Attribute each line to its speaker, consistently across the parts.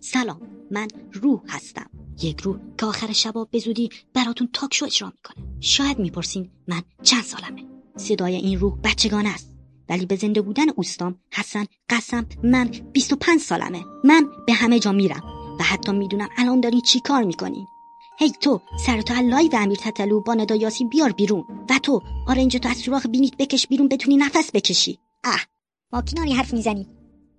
Speaker 1: سلام من روح هستم یک روح که آخر شبا به زودی براتون تاک شو اجرا میکنه شاید میپرسین من چند سالمه صدای این روح بچگانه است ولی به زنده بودن اوستام حسن قسم من 25 سالمه من به همه جا میرم و حتی میدونم الان دارین چی کار میکنین هی تو سر تو اللای و امیر تتلو با ندا یاسی بیار بیرون و تو آرنج تو از سوراخ بینیت بکش بیرون بتونی نفس بکشی اه
Speaker 2: با کی نانی حرف میزنی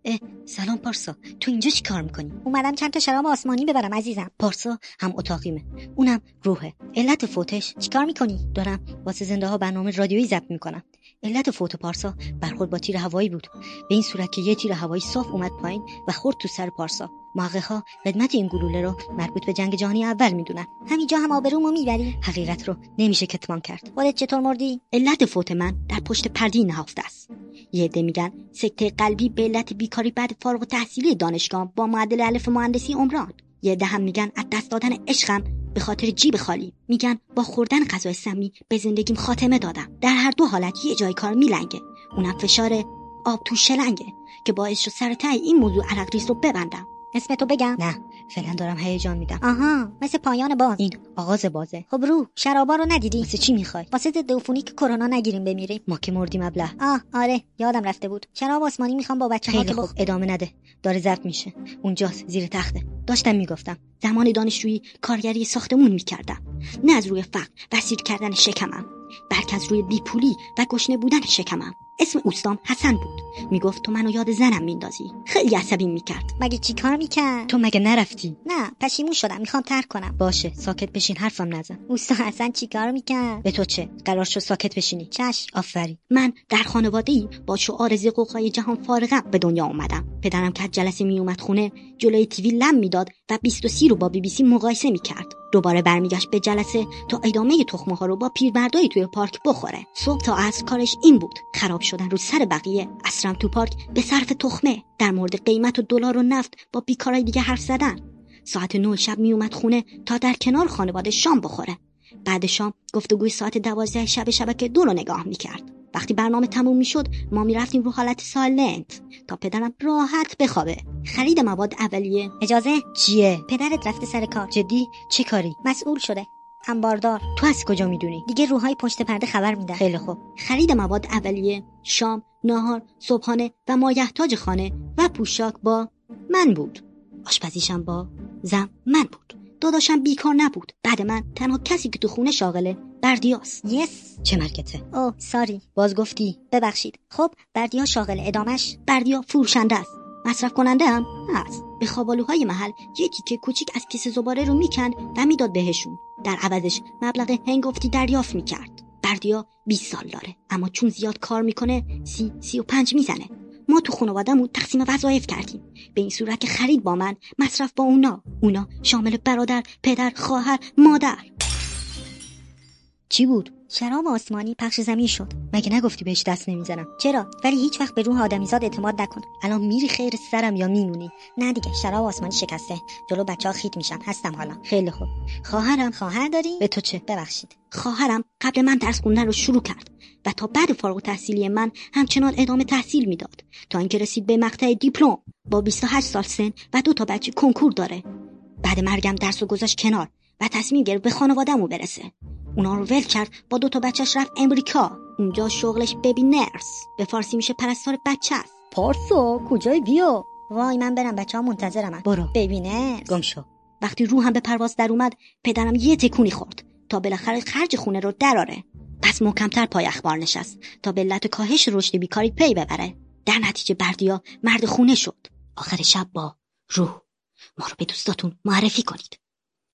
Speaker 1: اه سلام پارسا تو اینجا چی کار میکنی
Speaker 2: اومدم چند تا شراب آسمانی ببرم عزیزم
Speaker 1: پارسا هم اتاقیمه اونم روحه علت فوتش
Speaker 2: چیکار میکنی
Speaker 1: دارم واسه زنده ها برنامه رادیویی ضبط میکنم علت فوت پارسا برخورد با تیر هوایی بود به این صورت که یه تیر هوایی صاف اومد پایین و خورد تو سر پارسا محقق ها قدمت این گلوله رو مربوط به جنگ جهانی اول میدونن
Speaker 2: همینجا هم آبرومو میبری
Speaker 1: حقیقت رو نمیشه کتمان کرد
Speaker 2: خودت چطور مردی
Speaker 1: علت فوت من در پشت پرده نهفته است یه عده میگن سکته قلبی به علت بیکاری بعد فارغ التحصیلی دانشگاه با معدل الف مهندسی عمران یه عده هم میگن از دست دادن عشقم به خاطر جیب خالی میگن با خوردن غذای سمی به زندگیم خاتمه دادم در هر دو حالت یه جای کار میلنگه اونم فشار آب تو شلنگه که باعث شد سر ته این موضوع عرق ریز رو ببندم
Speaker 2: اسم تو بگم
Speaker 1: نه فعلا دارم هیجان میدم
Speaker 2: آها مثل پایان باز
Speaker 1: این آغاز بازه
Speaker 2: خب رو شرابا رو ندیدی
Speaker 1: واسه چی میخوای
Speaker 2: واسه ضد عفونی که کرونا نگیریم بمیریم
Speaker 1: ما که مردیم ابله
Speaker 2: آه آره یادم رفته بود شراب آسمانی میخوام با بچه ها
Speaker 1: خیلی خوب ادامه نده داره ضبط میشه اونجاست زیر تخته داشتم میگفتم زمان دانشجویی کارگری ساختمون میکردم نه از روی فقر و سیر کردن شکمم بلکه از روی بیپولی و گشنه بودن شکمم اسم اوستام حسن بود میگفت تو منو یاد زنم میندازی خیلی عصبیم میکرد
Speaker 2: مگه چیکار میکرد
Speaker 1: تو مگه نرفتی
Speaker 2: نه پشیمون شدم میخوام ترک کنم
Speaker 1: باشه ساکت بشین حرفم نزن
Speaker 2: اوستا حسن چیکار میکرد
Speaker 1: به تو چه قرار شد ساکت بشینی
Speaker 2: چش
Speaker 1: آفرین من در خانواده ای با شعار ز قوقای جهان فارغم به دنیا آمدم پدرم که از جلسه میومد خونه جلوی تیوی لم میداد و 23 رو با بی بی سی مقایسه میکرد دوباره برمیگشت به جلسه تا ادامه تخمه ها رو با پیرمردایی توی پارک بخوره صبح تا عصر کارش این بود خراب شدن رو سر بقیه اصرم تو پارک به صرف تخمه در مورد قیمت و دلار و نفت با بیکارای دیگه حرف زدن ساعت نه شب میومد خونه تا در کنار خانواده شام بخوره بعد شام گفتگوی ساعت دوازده شب شبکه دو رو نگاه میکرد وقتی برنامه تموم میشد ما میرفتیم رو حالت سالنت تا پدرم راحت بخوابه خرید مواد اولیه
Speaker 2: اجازه
Speaker 1: چیه
Speaker 2: پدرت رفته سر کار
Speaker 1: جدی چه کاری
Speaker 2: مسئول شده انباردار
Speaker 1: تو از کجا میدونی
Speaker 2: دیگه روحای پشت پرده خبر میدن
Speaker 1: خیلی خوب خرید مواد اولیه شام ناهار صبحانه و مایحتاج خانه و پوشاک با من بود آشپزیشم با زم من بود داداشم بیکار نبود بعد من تنها کسی که تو خونه شاغله بردیاست
Speaker 2: یس yes.
Speaker 1: چه مرکته
Speaker 2: او ساری
Speaker 1: باز گفتی
Speaker 2: ببخشید خب بردیا شاغل ادامش
Speaker 1: بردیا فروشنده است مصرف کننده هم هست به خوابالوهای محل یه تیکه کوچیک از کیسه زباله رو میکند و میداد بهشون در عوضش مبلغ هنگفتی دریافت میکرد بردیا 20 سال داره اما چون زیاد کار میکنه سی سی و پنج میزنه ما تو خانوادهمون تقسیم وظایف کردیم به این صورت که خرید با من مصرف با اونا اونا شامل برادر پدر خواهر مادر
Speaker 2: چی بود شراب آسمانی پخش زمین شد
Speaker 1: مگه نگفتی بهش دست نمیزنم
Speaker 2: چرا ولی هیچ وقت به روح آدمیزاد اعتماد نکن
Speaker 1: الان میری خیر سرم یا میمونی
Speaker 2: نه دیگه شراب آسمانی شکسته جلو بچه ها خیت میشم هستم حالا
Speaker 1: خیلی خوب خواهرم
Speaker 2: خواهر داری
Speaker 1: به تو چه
Speaker 2: ببخشید
Speaker 1: خواهرم قبل من درس خوندن رو شروع کرد و تا بعد فارغ تحصیلی من همچنان ادامه تحصیل میداد تا اینکه رسید به مقطع دیپلم با 28 سال سن و دو تا بچه کنکور داره بعد مرگم درس و گذاشت کنار و تصمیم گرفت به خانوادهمو برسه اونا رو ول کرد با دو تا بچهش رفت امریکا اونجا شغلش ببی نرس به فارسی میشه پرستار بچه است
Speaker 2: پارسا کجای بیا وای من برم بچه ها منتظرم
Speaker 1: برو
Speaker 2: ببی نرس
Speaker 1: گم شو وقتی روحم به پرواز در اومد پدرم یه تکونی خورد تا بالاخره خرج خونه رو دراره پس محکمتر پای اخبار نشست تا به علت کاهش رشد بیکاری پی ببره در نتیجه بردیا مرد خونه شد آخر شب با روح ما رو به دوستاتون معرفی کنید